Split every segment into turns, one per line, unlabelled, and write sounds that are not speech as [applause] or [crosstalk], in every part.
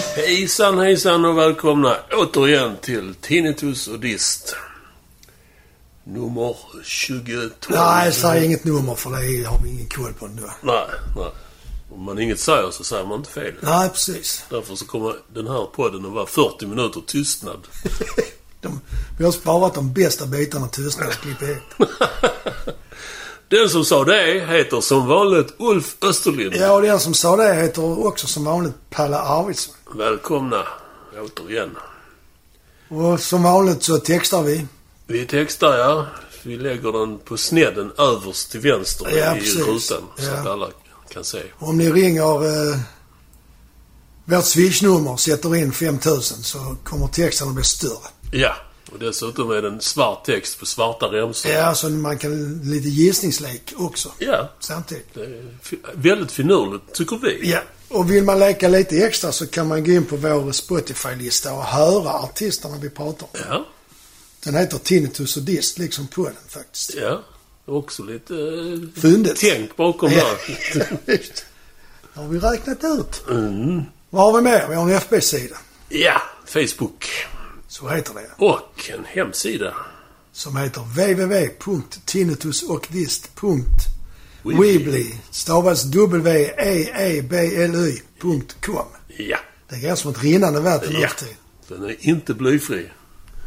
Hejsan hejsan och välkomna återigen till Tinnitus och Dist. Nummer 22.
Nej, säg inget nummer för det har vi ingen koll på ändå.
Nej, nej. Om man inget säger så säger man inte fel.
Nej, precis.
Därför så kommer den här podden att vara 40 minuter tystnad.
De, vi har sparat de bästa bitarna tystnad och klippt hit.
Den som sa det heter som vanligt Ulf Österlind.
Ja, och den som sa det heter också som vanligt Palle Arvidsson.
Välkomna återigen.
Och som vanligt så textar vi.
Vi textar ja. Vi lägger den på snedden överst till vänster
Ja,
i
precis.
rutan. Så
Ja.
att alla kan se.
Om ni ringer eh, vårt swishnummer och sätter in 5000 så kommer texten att bli större.
Ja. Och dessutom är det en svart text på svarta remsor.
Ja, så man kan lite gissningslek också
Ja,
samtidigt.
det är fi- väldigt finurligt tycker vi.
Ja, och vill man leka lite extra så kan man gå in på vår Spotify-lista och höra artisterna vi pratar om.
Ja,
Den heter Tinnitus och Dist, liksom på den faktiskt.
ja. Också lite eh,
Fyndigt.
tänk bakom där.
Just. Det har vi räknat ut. Vad har vi mer? Vi har en FB-sida.
Ja, Facebook.
Så heter det.
Och en hemsida.
Som heter www.tinnitusochdist.weebly. Stavas E w-e-e-b-l-y.com.
Ja,
Det går som ett rinnande vatten
Ja.
ja.
den är inte blyfri.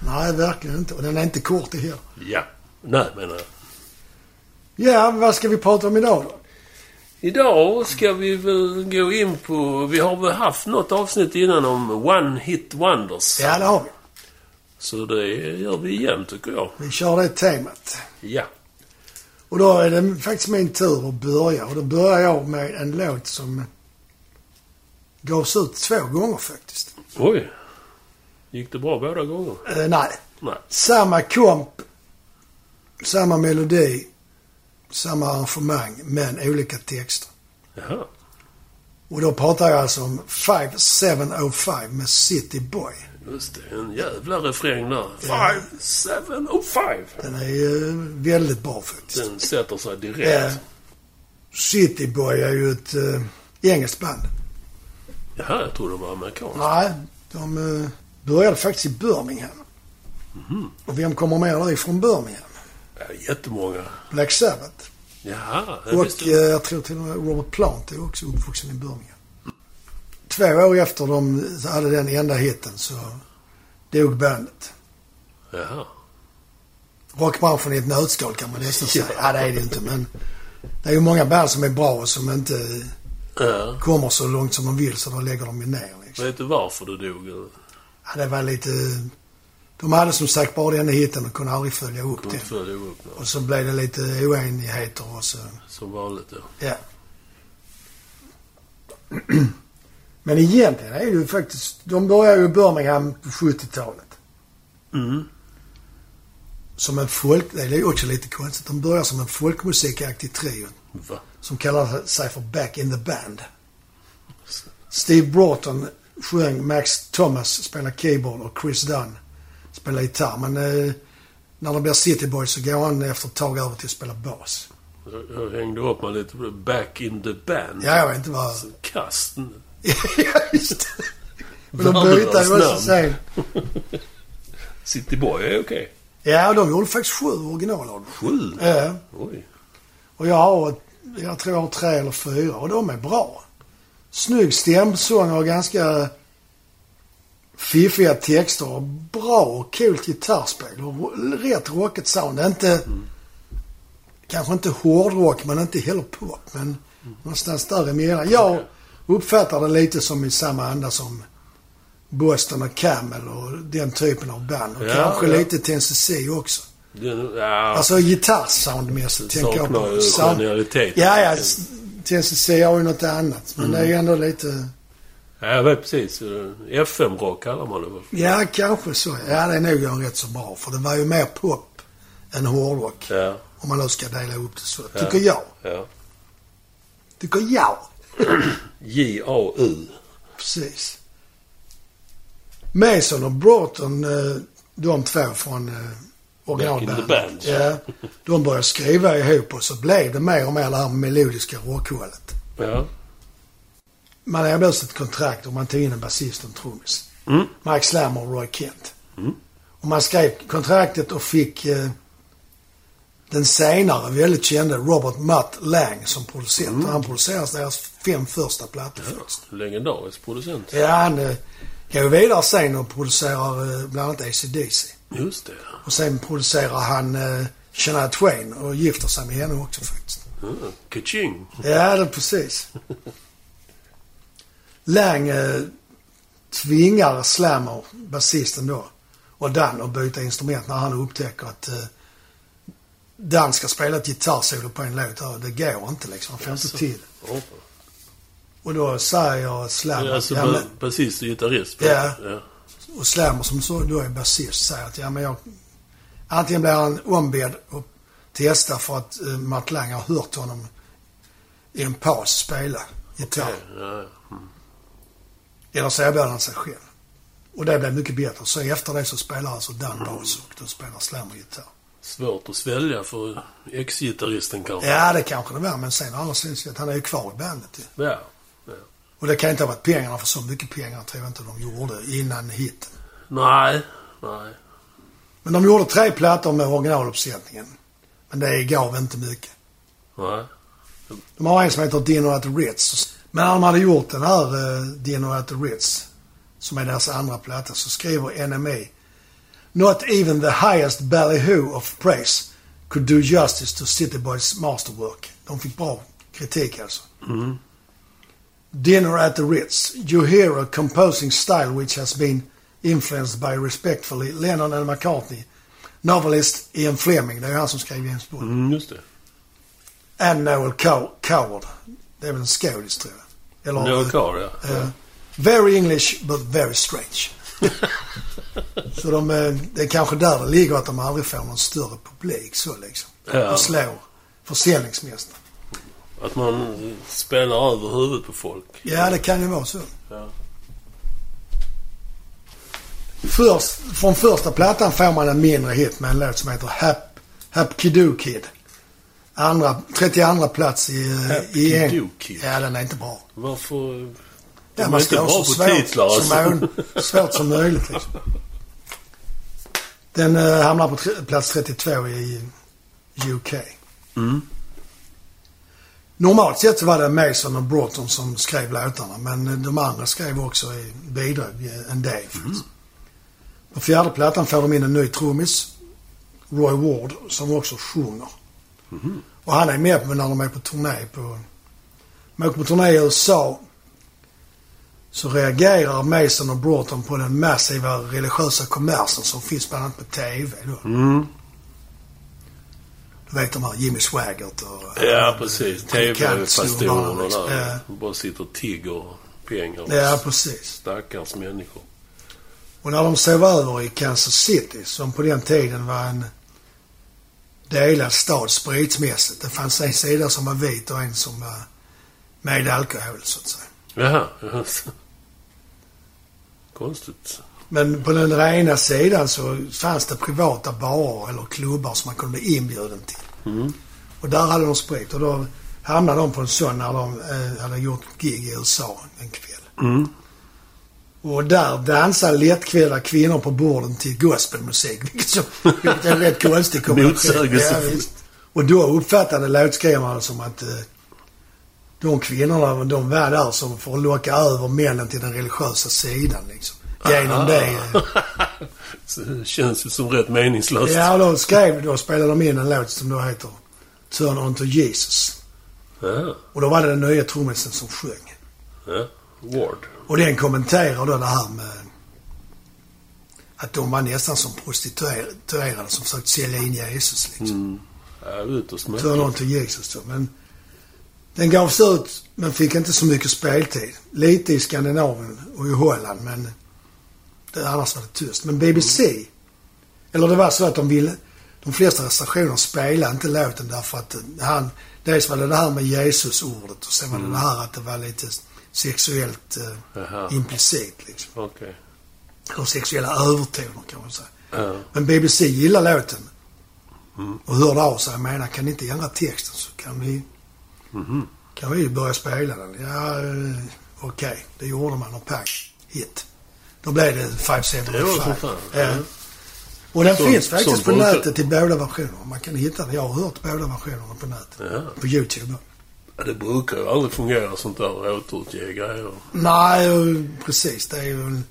Nej, verkligen inte. Och den är inte kort det heller.
Ja. Nej, eh, menar jag.
Ja, vad ska vi prata om idag då?
Idag ska vi väl gå in på... Vi har väl haft något avsnitt innan om One Hit Wonders.
Ja, det har vi.
Så det gör vi igen, tycker jag.
Vi kör det temat.
Ja.
Och då är det faktiskt min tur att börja. Och då börjar jag med en låt som gavs ut två gånger faktiskt.
Oj. Gick det bra båda gånger?
Eh, nej.
Nej.
Samma komp, samma melodi, samma arrangemang men olika texter.
Jaha.
Och då pratar jag alltså om 5705 med City Boy.
Just det, en jävla refräng där.
Ja.
Five, seven och five.
Den är ju väldigt bra faktiskt.
Den sätter sig
Eh,
direkt.
City Boy är ju ett eh, engelskt band.
Jaha, jag trodde det var amerikanskt.
Nej, de eh, började faktiskt i Birmingham. Och vem kommer med därifrån Birmingham?
Ja, jättemånga.
Black Sabbath.
Jaha, jag
Och eh,
visste.
jag tror till och med Robert Plant är också uppvuxen i Birmingham. Två år efter de hade den enda hitten så dog bandet.
Jaha.
Rockbranschen i ett nötskal kan man nästan säga. Ja, det är det ju inte men det är ju många band som är bra och som inte
Ja.
kommer så långt som de vill så då lägger de ju ner. Liksom.
Vet du varför du dog? eller?
Ja, det var lite... De hade som sagt bara den hitten och kunde aldrig följa upp
Du
den.
inte följa upp något.
Och så blev det lite oenigheter och så,
Som vanligt då.
eh, ja. [clears throat] Men egentligen är det ju faktiskt, de började ju i Birmingham på 70-talet.
Mm.
Som en folk, det är ju också lite konstigt, de börjar som en folkmusikaktig trio.
Va?
Som kallar sig för Back in the Band. Steve Broughton sjöng, Max Thomas spelar keyboard och Chris Dunn spelar gitarr. Men eh, när det blir City Boys så går han efter ett tag över till att spela bas.
Jag, jag hängde upp mig lite på det. Back in the band.
Ja, jag vet inte vad...
Så kast.
ja, just det. Men de
Värdelös
bytte ju också
namn.
sen.
City Boy är okej.
Ja, de gjorde faktiskt sju Eh, originalalbum.
Sju?
Ja.
Oj.
Och jag har, ett- jag tror jag har tre eller fyra och de är bra. Snygg stämsång och ganska fiffiga texter. och Bra och coolt gitarrspel och ro- rätt rockigt sound. Det är Inte, Kanske inte hårdrock men inte heller pop. Men någonstans däremellan. Jag uppfattar det lite som i samma anda som Boston och Camel och den typen av band. Och
Ja,
kanske
ja.
lite TNCC också.
Den, ja.
Alltså gitarrsoundmässigt tänker jag
Saknar
på.
ju
Sound-
genialitet.
Ja, ja. Eh, s- TCC har ju något annat. Men
Mm.
det är ju ändå lite...
Ja, jag vet precis. FM-rock kallar man det väl?
Ja, kanske så. Ja, det är nog en rätt så bra. För det var ju mer pop än hårdrock.
Ja.
Om man nu ska dela upp det så. Tycker jag.
ja.
Tycker jag.
J-A-U.
Precis. Mason och Broughton, eh, de två från eh, originalbandet.
Back in the
Ja, de började skriva ihop och så blev det mer och mer det här melodiska rockhållet.
Ja.
man erbjöds ett kontrakt och man tog in en basist och en trummis.
Mm.
Mike Slammer och Roy Kent. Och man skrev kontraktet och fick eh, den senare väldigt kände Robert Mutt Lang som producent. Han producerade deras fem första plattor först.
Legendarisk producent.
Ja, han eh, går ju vidare sen och producerar eh, bland annat ACDC.
Just det.
Och sen producerar han eh, Shania Twain och gifter sig med henne också faktiskt.
Mm. Kaching.
Ja, det är precis. Lang eh, tvingar Slammer, basisten då, och Dan att byta instrument när han upptäcker att eh, Dan ska spela ett gitarrsolo på en låt. här. Det går inte liksom. Han får inte till det.
Ja.
Och då säger Slammer...
Alltså
ja, men,
ba- basist och gitarrist.
Ja.
ja.
och Slammer som så då är basist säger att ja, men jag... Antingen blir han ombedd att testa för att eh, Matt Lang har hört honom i en paus spela gitarr.
Ja,
Eller så erbjöd han sig själv. Och det blev mycket bättre. Så efter det så spelar alltså Dan bas och då spelar Slammer gitarr.
Svårt att svälja för ex-gitarristen kanske.
Ja, det kanske det var. Men sen å andra sidan, så att han är ju kvar i bandet ju.
Ja.
Och det kan inte ha varit pengarna, för så mycket pengar tror jag inte de gjorde innan hitten.
Nej, nej.
Men de gjorde tre plattor med originaluppsättningen. Men det gav inte mycket.
nej.
De har en som heter Dinner at the Ritz. Men när de hade gjort den här eh, Dinner at the Ritz, som är deras andra platta, så skriver NME Not even the highest ballyhoo of praise could do justice to City Boys masterwork. De fick bra kritik alltså. Dinner at the Ritz. You hear a composing style which has been influenced by respectfully Lennon and McCartney. Novelist Ian Fleming, det är ju han som skrev James Bond.
Mm, just det.
And Noel Cow- Coward. Det är väl en skådis tror jag. Eller,
Några kvar, ja.
eh, very English but
[laughs]
very strange. så de, eh, det är kanske där det ligger att de aldrig får någon större publik så liksom.
Ja.
De slår försäljningsmästaren.
Att man spelar över huvudet på folk.
Ja, det kan ju vara så.
Ja.
Först, från första plattan får man en mindre hit med en låt som heter Hap, Hap Kidoo Kid. Andra, 32 plats i... eh,
Hap
i Eng-
Kidoo Kid.
Ja, den är inte bra.
Varför...
Ja,
De är
man
inte
ska ha
bra
så
på titlar
svårt som,
alltså.
möjligt- svårt som möjligt. Liksom. Den eh, hamnar på tre, plats 32 i UK.
Mm.
Normalt sett så var det Mason och Broughton som skrev låtarna men eh, de andra skrev också i, bidrag eh, en del.
Mm.
faktiskt. På fjärde plattan får de in en ny trummis, Roy Ward, som också sjunger.
Mm-hmm.
Och han är med på när de är på turné. På, de åker på turné i USA så reagerar Mason och Broughton på den massiva religiösa kommersen som finns bland annat på TV. Då.
Mm.
Du vet de här Jimmy Swaggart och...
Ja, precis.
Kantsnubbarna,
TV-pastorerna
liksom.
där. Bara sitter och tigger pengar.
Ja, ja, precis.
Stackars människor.
Och när de sov över i Kansas City, som på den tiden var en delad stad spritsmässigt. Det fanns en sida som var vit och en som var med alkohol, så att säga.
Jaha. jaså. Konstigt.
Men på den rena sidan så fanns det privata barer eller klubbar som man kunde bli inbjuden till.
Mm.
Och där hade de sprit och då hamnade de på en sån när de eh, hade gjort gig i USA en kväll.
Mm.
Och där dansar lättklädda kvinnor på borden till gospelmusik. Vilket, som, vilket är en rätt konstig
Motsägelse.
Ja, visst. och då uppfattade låtskrivarna som att eh, de kvinnorna de var där som för att locka över männen till den religiösa sidan. Liksom. Genom det. eh,
Så det känns ju som rätt meningslöst.
Ja, och då skrev då spelade de in en låt som då heter Turn on to Jesus.
Ja.
Och då var det den nya trummisen som sjöng.
ja. Ward.
Och den kommenterar då det här med att de var nästan som prostituerade som försökte sälja in Jesus. Liksom.
Ja, ut och smälta.
Turn on to Jesus då. Men den gavs ut men fick inte så mycket speltid. Lite i Skandinavien och i Holland men det, annars var det tyst. Men BBC, eller det var så att de ville, de flesta stationer spelade inte låten därför att han, dels var det det här med Jesus-ordet och sen var det det här att det var lite sexuellt eh,
Jaha.
implicit liksom.
Okej.
Eller sexuella övertoner kan man säga.
Ja.
Men BBC gillar låten. Och hörde av sig och menade, kan ni inte
Mhm.
ändra texten så kan vi, kan vi börja spela den. Ja, eh, Okej, det gjorde man och pang, hit. Då blev det Five Cent
Det var som fan.
Ja. Och den
Så-
finns
sån
faktiskt på
brukar-
nätet i båda versionerna. Man kan hitta den. Jag har hört båda versionerna på nätet.
Ja.
På YouTube.
Ja, Det brukar ju aldrig fungera sånt där återutge grejer.
Nej, och precis. Det är ju en...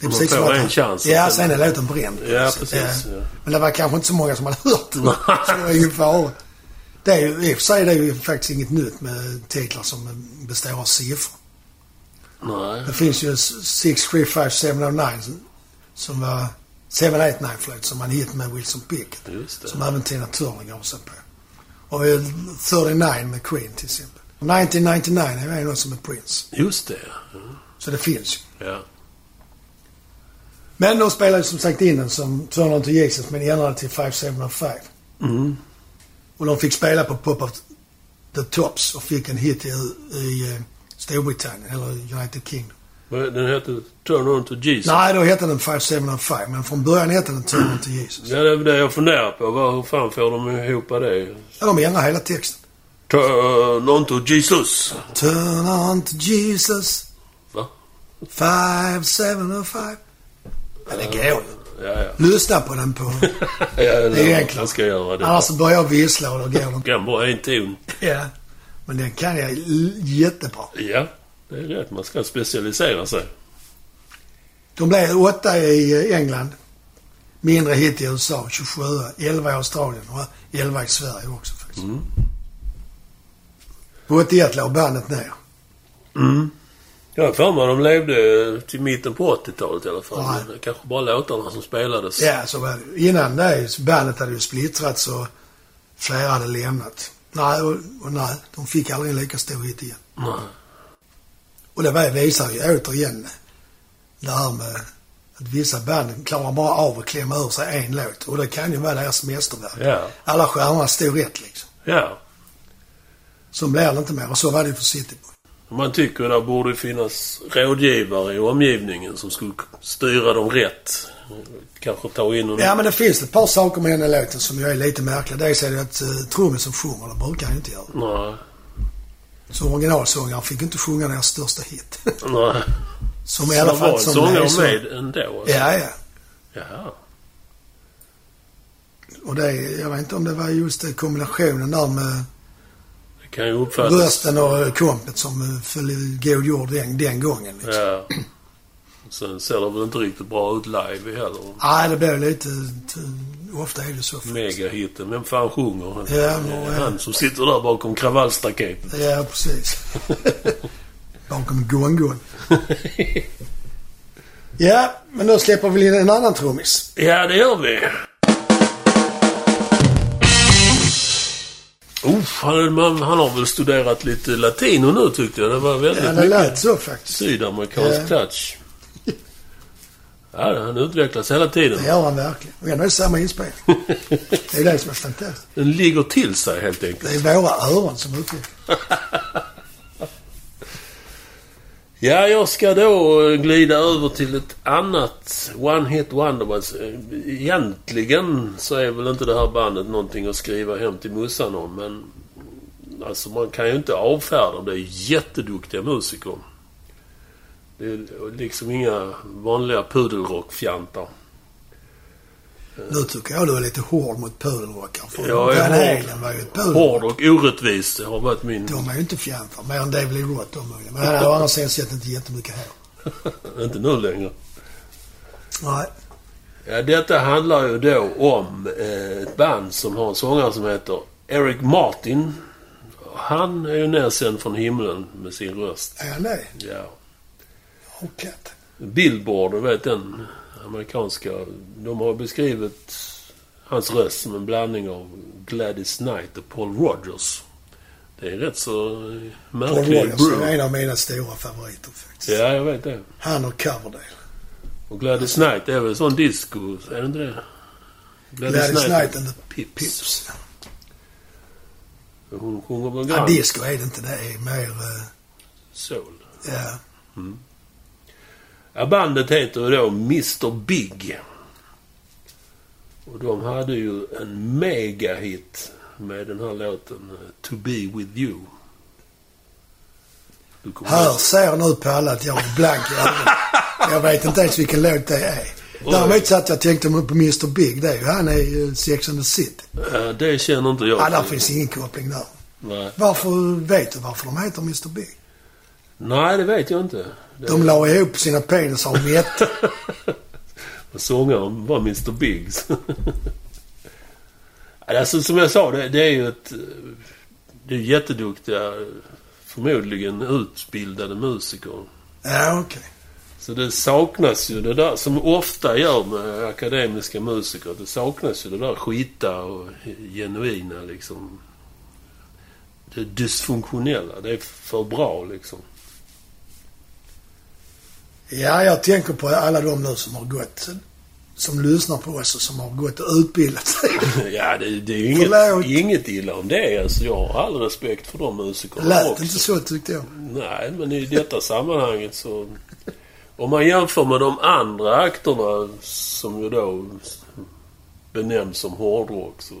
Det
Man får
som att-
en chans.
Ja, sen är låten bränd.
Ja,
Så,
precis.
eh,
Ja.
Men det var kanske inte så många som hade hört den. så det var ingen fara. Det är ju, I och för sig det är ju faktiskt inget nytt med titlar som består av siffror.
Nej.
Det finns ju 635-709 som- som var... 789 förlåt, som man hit med Wilson Pickett.
Just det.
Som även Tina Turner gav sig på. Och eh, 39 med Queen till exempel. 1999 är ju något som är Prince.
Just det, ja.
Så det finns ju.
ja.
Men de spelade ju som sagt in den som Turner to Jesus men ändrade till 5705.
Mm.
Och de fick spela på Pop of the Tops och fick en hit i, i eh, Storbritannien, eller United Kingdom.
Vad- Den heter Turn On To Jesus.
Nej, då hette den 5705 men från början hette den Turner to Jesus.
Ja, det är väl det jag funderar på. Vad- Hur fan får de ihop det?
Ja, de ändrade hela texten.
Turn On To Jesus.
Turn on to Jesus
Va?
5705. Ja, det går ju.
Ja, ja.
Lyssna på den på...
ja
[laughs]
det
är Alltså- enklart.
Jag ska göra det.
Annars så börjar jag vissla och då går den.
Kan bara en ton.
Ja. Men den kan jag l- jättebra.
Ja, det är rätt. Man ska specialisera sig.
De blev åtta i eh, England. Mindre hit i USA, 27. 11 i Australien och 11 i Sverige också faktiskt.
Mm.
På 81 låg bandet ner.
Mm. Jag har för mig de levde till mitten på 80-talet i alla fall.
Nej.
Men det kanske bara låtarna som spelades.
Ja, så var det. Innan det, så bandet hade ju splittrats och flera hade lämnat. Nej, och, och nej, de fick aldrig en lika stor hit igen.
Nej.
Och det var- visar ju återigen det här med att vissa band klarar bara av att klämma ur sig en låt. Och det kan ju vara deras mästerverk.
Ja.
Alla stjärnorna stod rätt liksom.
Ja.
Så blir det inte mer. Och så var det ju för Cityboy.
Man tycker det borde finnas rådgivare i omgivningen som skulle styra dem rätt. Kanske ta in någon...
Ja, men det finns ett par saker med den här låten som jag är lite märkliga. Dels är det att uh, trummisen sjunger, det brukar han inte göra.
Nej.
Så originalsångaren fick inte sjunga deras största hit. [laughs]
Nej.
som i alla
Så det var
fall
en
som...
sångare
så-
med ändå. alltså.
Ja, ja.
Jaha.
Och det, är- jag vet inte om det var just det, kombinationen där med
Det kan ju uppfattas...
rösten och eh, kompet som eh, föll i god jord den, den gången. Liksom.
Ja. Sen ser det väl inte riktigt bra ut live heller.
Nej, det blev lite... t- Ofta är det så. faktiskt.
Megahitten. Vem fan sjunger?
Ja,
Det är
men-
han som sitter där bakom kravallstaketet.
Ja, precis. Bakom gongon. Ja, men då släpper vi in en annan trummis.
Ja, det gör vi. Uff, han, man, han har väl studerat lite latino nu tyckte jag. Det var väldigt
Ja, det
mycket
lät så faktiskt.
sydamerikansk
Ja.
touch. Ja, han utvecklas hela tiden.
Det gör han verkligen. Och ändå är det samma inspelning. Det är det som är fantastiskt.
Den ligger till sig helt
Det
enkelt.
är våra öron som utvecklar.
Ja, jag ska då eh, glida över till ett annat One Hit Wonder. Men, eh, Egentligen så är väl inte det här bandet någonting att skriva hem till mussan om, men... Alltså, man kan ju inte avfärda dem. Det är jätteduktiga musiker. Det är liksom inga vanliga pudelrockfjantar.
Nu tycker jag du är lite hård mot pudelrockare. För
Jag är
Van
hård.
Halen var ju ett pudelrockare.
Hård och orättvis, det har varit min...
De är ju inte fjantar. Mer än David Lee Roth de möjligen. Men han har å andra sidan sett inte jättemycket här.
Inte nu längre.
Nej.
Ja, detta handlar ju då om eh, ett band som har en sångare som heter Eric Martin. Han är ju nersänd från himlen med sin röst.
Är han det?
Ja.
Åh, katt.
Billboard, du vet den amerikanska. De har beskrivit hans röst som en blandning av Gladys Knight och Paul Rogers. Det är en rätt så eh,
Paul
märklig
Rogers är
brew.
en av mina stora favoriter faktiskt.
Ja, jag vet det.
Han och Coverdale.
Och Gladys Knight är väl sån disco, är det inte det?
Gladys Knight
och
and the
Pips.
Pips.
Hon sjunger väl
Ja,
grann
disco är det inte. Det är mer... eh,
soul.
Ja.
Ja, bandet heter ju då Mr Big. Och de hade ju en megahit med den här låten eh, To Be With You. Du kommer
Här
ihåg.
ser nu Palle att jag är blank i ögonen. Jag vet inte ens vilken låt det är. Däremot satt jag och tänkte på Mr Big. Det är ju, han är ju Sex and the City.
Ja, det känner inte jag
Ja, där
till.
finns ingen koppling där.
Nej.
Varför vet du varför de heter Mr Big?
Nej, det vet jag inte. Det...
De la ihop sina penisar och mätte.
Sångaren var Mr [laughs] Biggs. alltså, som jag sa, det, det är ju ett... eh, Det är jätteduktiga, eh, förmodligen utbildade musiker.
Ja, okej.
Så det saknas ju det där som ofta gör med akademiska musiker. Det saknas ju det där skita och genuina liksom. Det dysfunktionella. Det är för bra liksom.
Ja, jag tänker på alla de nu som har gått. Som lyssnar på oss och som har gått och utbildat sig.
Ja, det, det är ju
Förlåt.
inget, inget illa om det. Alltså, jag har all respekt för de musikerna
Lät
också.
inte så tyckte jag.
Nej, men i detta sammanhanget så... Om man jämför med de andra akterna som ju då benämns som hårdrock så...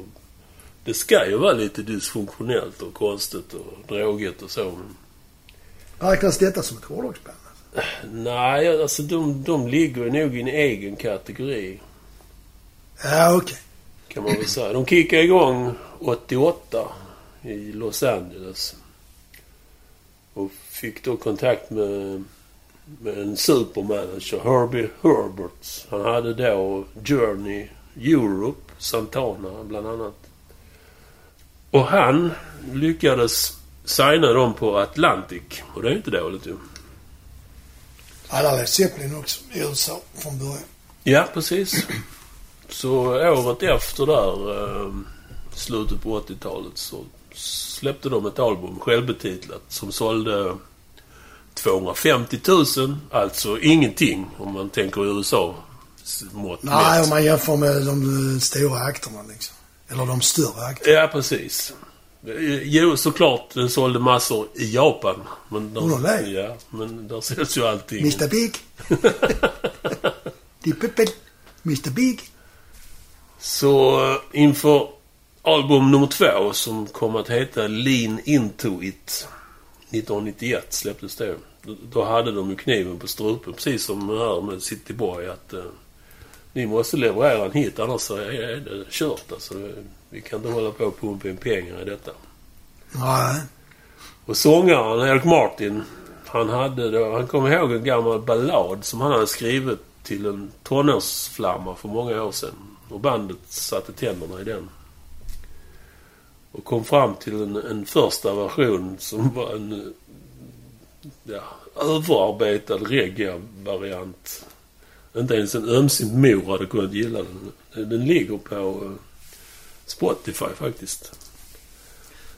Det ska ju vara lite dysfunktionellt och konstigt och drogigt och så.
Räknas detta som ett hårdrocksband?
Nej, alltså de, de ligger nog i en egen kategori.
Ja, okej.
Kan man väl säga. De kickade igång 88 i Los Angeles. Och fick då kontakt med, med en supermanager, Herbie Herberts. Han hade då Journey Europe, Santana bland annat. Och han lyckades signa dem på Atlantic. Och det är inte dåligt ju.
Alla Led Zeppelin också i USA från början.
Ja, precis. Så året efter där, eh, slutet på 80-talet, så släppte de ett album, självbetitlat, som sålde 250 000. Alltså ingenting, om man tänker USA. s- Mått
Nej,
mätt.
om man jämför med de eh, stora akterna liksom. Eller de större akterna.
Ja, precis. Eh, Jo, såklart, den sålde massor i Japan. Men
Oh, nej.
ja, men där säljs ju allting.
Mr Big.
[laughs]
Dippepel. Mr Big.
Så eh, inför album nummer två som kom att heta Lean Into It 1991 släpptes det. Då- Då hade de ju kniven på strupen precis som här med City Boy att eh, ni måste leverera en hit annars så är det kört alltså. Det- Vi kan inte hålla på och pumpa in pengar i detta.
Nej.
Och sångaren Eric Martin, han hade då, han kom ihåg en gammal ballad som han hade skrivit till en tonårsflamma för många år sedan. Och bandet satte tänderna i den. Och kom fram till en, en första version som var en eh, ja, överarbetad reggae-variant. Inte ens en ömsint mor hade kunnat gilla den. Den- Den ligger på eh, Spotify faktiskt.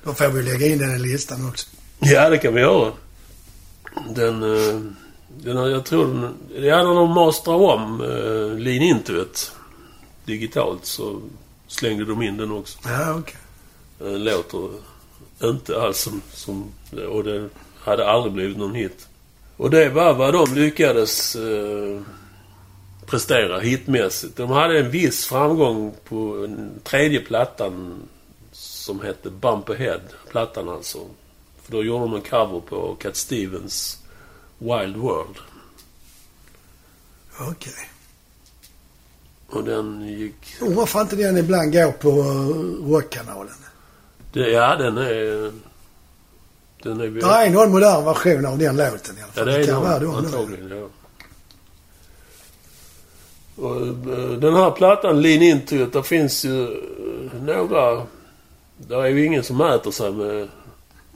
Då får vi lägga in den i listan också.
Ja, det kan vi göra. Den... eh, den har- jag tror den... Ja, när de mastrar om uh, Lean Into It digitalt så slängde de in den också.
Ja, okej.
Den Eh, låter inte alls som... som och det hade aldrig blivit någon hit. Och det var vad de lyckades eh, prestera hitmässigt. De hade en viss framgång på en tredje plattan som hette Bump Ahead. Plattan alltså. För då gjorde de en cover på Cat Stevens Wild World.
Okej.
Och den gick...
Undrar varför inte den ibland går på eh, rockkanalen.
Det, ja, den är... Den är...
Det är någon modern version av den låten i alla
Ja,
fall.
det är
kan vara
de
då nu.
antagligen, ja. Och, eh, den här plattan, Lean Into It, där finns ju eh, några... Där är ju ingen som mäter sig med,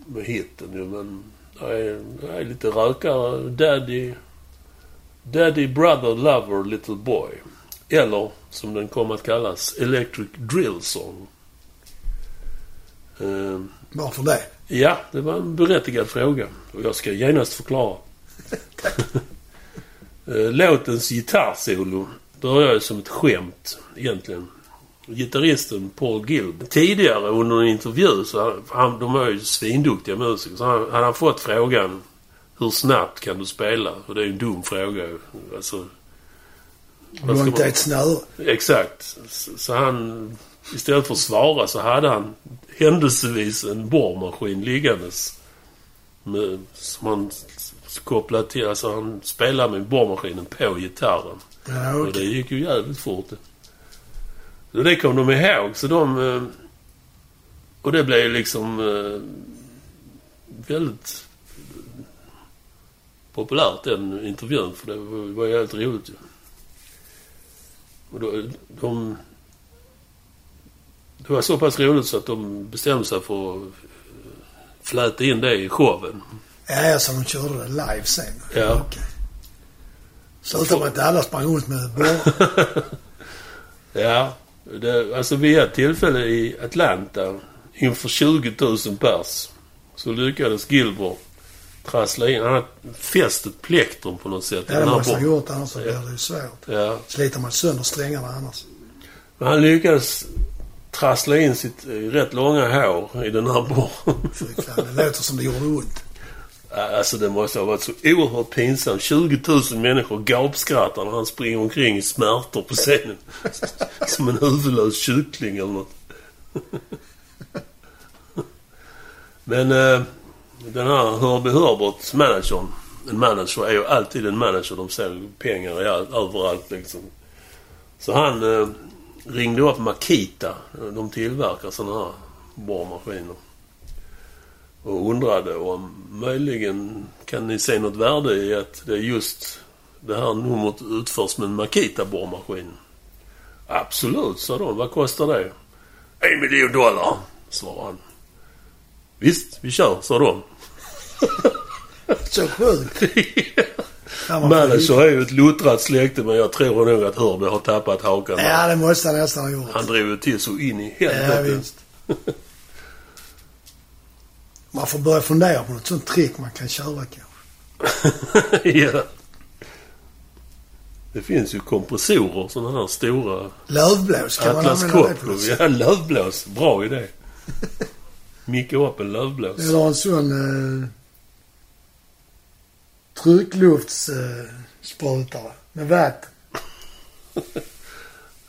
med hitten ju, men... Där är, där är lite rökare. Daddy... Daddy Brother Lover Little Boy. Eller, som den kom att kallas, Electric Drill Song. Eh,
Varför det?
Ja, det var en berättigad fråga. Och jag ska genast förklara. Eh, Låtens gitarrsolo börjar ju som ett skämt egentligen. Gitarristen Paul Guild. Tidigare under en intervju, så han, de var ju svinduktiga musiker, så han, hade han fått frågan Hur snabbt kan du spela? Och det är ju en dum fråga. Alltså, vad ska
Blont
man-
är ett snöre.
Exakt. Så, så han... Istället för att svara så hade han händelsevis en borrmaskin liggandes. Med, som han s- s- kopplade till. Alltså han spelade med borrmaskinen på gitarren.
Ja,
Och det
okej.
gick ju jävligt fort. Så det kom de ihåg. Så de... eh, Och det blev ju liksom eh, väldigt populärt den intervjun. För det var- var ju helt roligt ju. Och då, de... Det var så pass roligt så att de bestämde sig för att eh, fläta in det i showen.
Ja, ja, så de körde det live sen.
Ja.
Okej. Slutar med att alla sprang runt
[laughs]
med borrar.
Ja, det, alltså vid ett tillfälle i Atlanta inför 20 000 pers så lyckades Gilbert trassla in... Han hade fäst ett plektrum på något sätt. i
Ja, det
den här
måste han
bomben.
gjort annars så blir det ju svårt.
Ja.
Sliter man sönder strängarna annars.
Men han lyckades trassla in sitt eh, rätt långa hår i den här borren.
Fy fan, det låter som det gjorde ont.
Alltså det måste ha varit så oerhört pinsamt. 20 000 människor gapskrattar när han springer omkring i smärtor på scenen. [laughs] Som en huvudlös kyckling eller något. [laughs] Men eh, den här Herbie Herberts managern. En manager är ju alltid en manager. De ser ju pengar i all, överallt liksom. Så han eh, ringde upp Makita. De tillverkar sådana här borrmaskiner och undrade om möjligen kan ni se något värde i att det är just det här numret utförs med en Makita-borrmaskin? Absolut, sa de. Vad kostar det? En miljon dollar, svarade han. Visst, vi kör, sa de. [laughs]
Så sjukt. Fan, vad sjukt.
Manager är ju ett luttrat släkte, men jag tror nog att Hörby har tappat hakan.
Ja, det måste han nästan ha gjort.
Han drog ju till så in i
Ja,
helvete.
visst. Man får börja fundera på något sånt trick man kan köra kanske.
[laughs] ja. Det finns ju kompressorer, sådana här stora
Lövblås, kan man
Atlas
använda det på
Copco.
något sätt?
Ja, lövblås. Bra idé. [laughs] Micka upp en lövblås.
Eller en sån eh, tryckluftsspruta eh, spruta med vatten.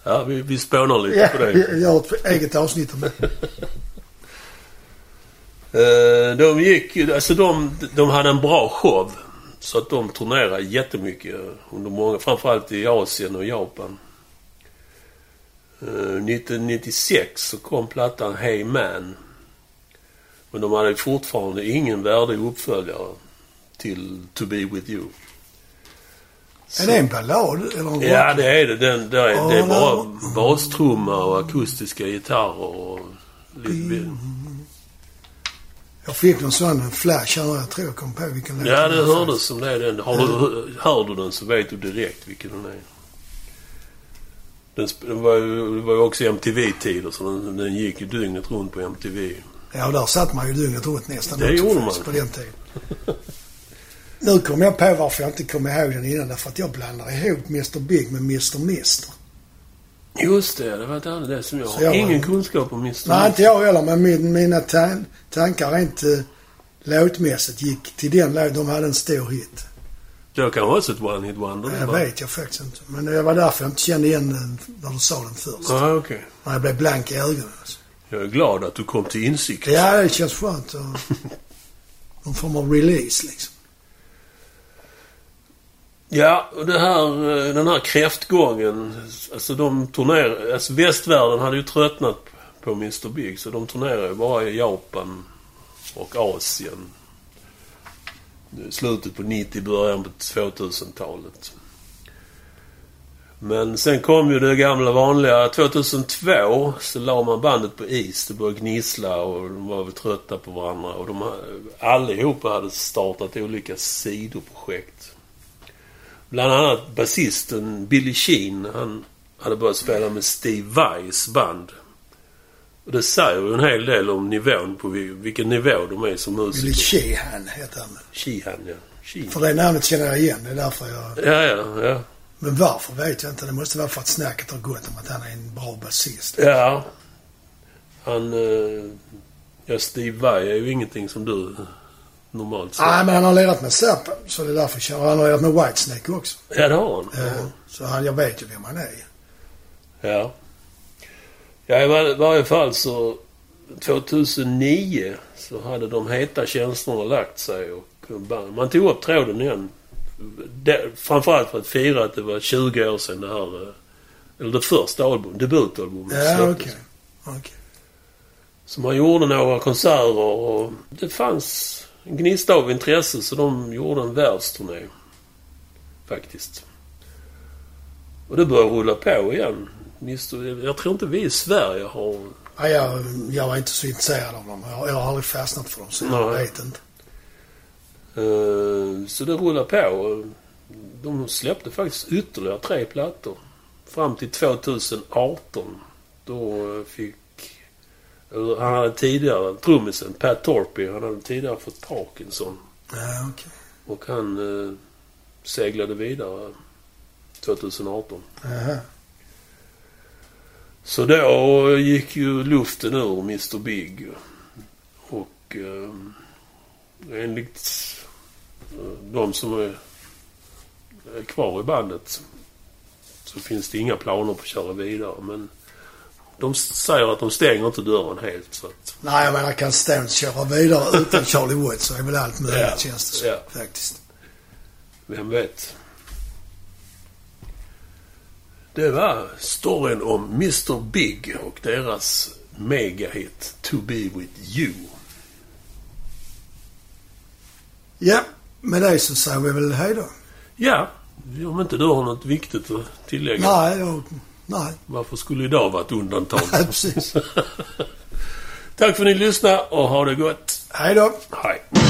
Ja, vi, vi spånar lite
Ja,
på det.
jag jag har ett eget avsnitt om
[laughs]
det.
Eh, de gick ju- alltså de, de hade en bra show. Så att de turnerade jättemycket under många, framförallt i Asien och Japan. Eh, 1996 så kom plattan Hey Man. Men de hade fortfarande ingen värdig uppföljare till To Be With You.
Är det en ballad eller en
Ja,
rock?
det är det. Den, där är, det är
Ja,
bara
men-
bastrumma och akustiska gitarrer och... Lite,
Jag fick någon sån en flash här. Jag tror jag kom på vilken låt
ja, det
var.
hördes som det är den. Har du, hör du den så vet du direkt vilken den är. Den, sp- den var, ju, det var ju också MTV-tider, så den, den gick ju dygnet runt på MTV.
Ja, och där satt man ju dygnet runt nästan.
Det gjorde man.
På den tiden. nu kom jag på varför jag inte kom ihåg den innan. Därför att jag blandar ihop Mr Big med Mr Mister.
Just det, det var ett annat det som jag har.
jag var-
Ingen kunskap om Mr.
Nej, inte jag heller, men min, mina tan- tankar rent eh, låtmässigt gick till den låten. De hade en stor hit.
Det var kanske också ett one-hit wonder. det
Jag
var-
vet jag faktiskt inte. Men det var därför jag inte kände igen den när du sa den först.
Ja, okej.
När jag blev blank i ögonen. Alltså.
Jag är glad att du kom till insikt.
Ja, det känns skönt. Och någon form av release liksom.
Ja, och det här, eh, den här kräftgången. Alltså de turnerar, alltså västvärlden hade ju tröttnat på Mr Big så de turnerar ju bara i Japan och Asien. Slutet på 90, början på 2000-talet. Men sen kom ju det gamla vanliga. 2002 så la man bandet på is. Det började gnissla och de var väl trötta på varandra. Och de, allihopa hade startat olika sidoprojekt. Bland annat basisten Billy Sheen. Han hade börjat spela med Steve Vais band. Och det säger ju en hel del om nivån på vil- vilken nivå de är som
Billy
musiker.
Sheehan heter han.
Sheehan, ja. Sheehan.
För det namnet känner jag igen. Det är därför jag...
Ja, ja, ja.
Men varför vet jag inte. Det måste vara för att snacket har gått om att han är en bra basist.
Ja. Han... Eh, ja, Steve Vai är ju ingenting som du eh, normalt ser.
Nej, men han har lirat med Zappa. Så det är därför jag känner... Han har lirat med Whitesnake också.
Ja, det har han.
Eh, Så han, jag vet ju vem han är.
Ja. Ja, i var- varje fall så 2009 så hade de heta känslorna lagt sig och band- man tog upp tråden igen. Det, framförallt för att fira att det var 20 år sedan det här... eh, Eller det första album, debutalbumet
Ja,
släpptes.
okej. Okej.
Så man gjorde några konserter och det fanns en gnista av intresse så de gjorde en världsturné. Faktiskt. Och det började rulla på igen. Mr- Jag tror inte vi i Sverige har...
Ja, jag, jag är inte så intresserad av dem. Jag, jag har aldrig fastnat för dem, så jag
Nej.
vet inte.
eh, Så det rullade på. De släppte faktiskt ytterligare tre plattor. Fram till 2018. Då eh, fick... eller Han hade tidigare, trummisen Pat Torpy, han hade tidigare fått Parkinson.
Ja, okej.
Och han eh, seglade vidare 2018.
Jaha.
Så då gick ju luften ur Mr Big. Och eh, enligt eh, de som är, är kvar i bandet så finns det inga planer på att köra vidare. Men de säger att de stänger inte dörren helt. Så att,
Nej, jag menar kan Stones köra vidare utan Charlie Watts så är väl allt möjligt
Ja,
känns det som,
ja.
faktiskt.
vem vet? Det var storyn om Mr Big och deras megahit To Be With You.
Ja, med det så säger vi väl hej då.
Ja, om inte du har något viktigt att tillägga.
Nej, jag, nej. [laughs]
Varför skulle idag vara ett undantag?
Ja, precis.
Tack för att ni lyssnade och ha det gott.
Hej då.
Hej.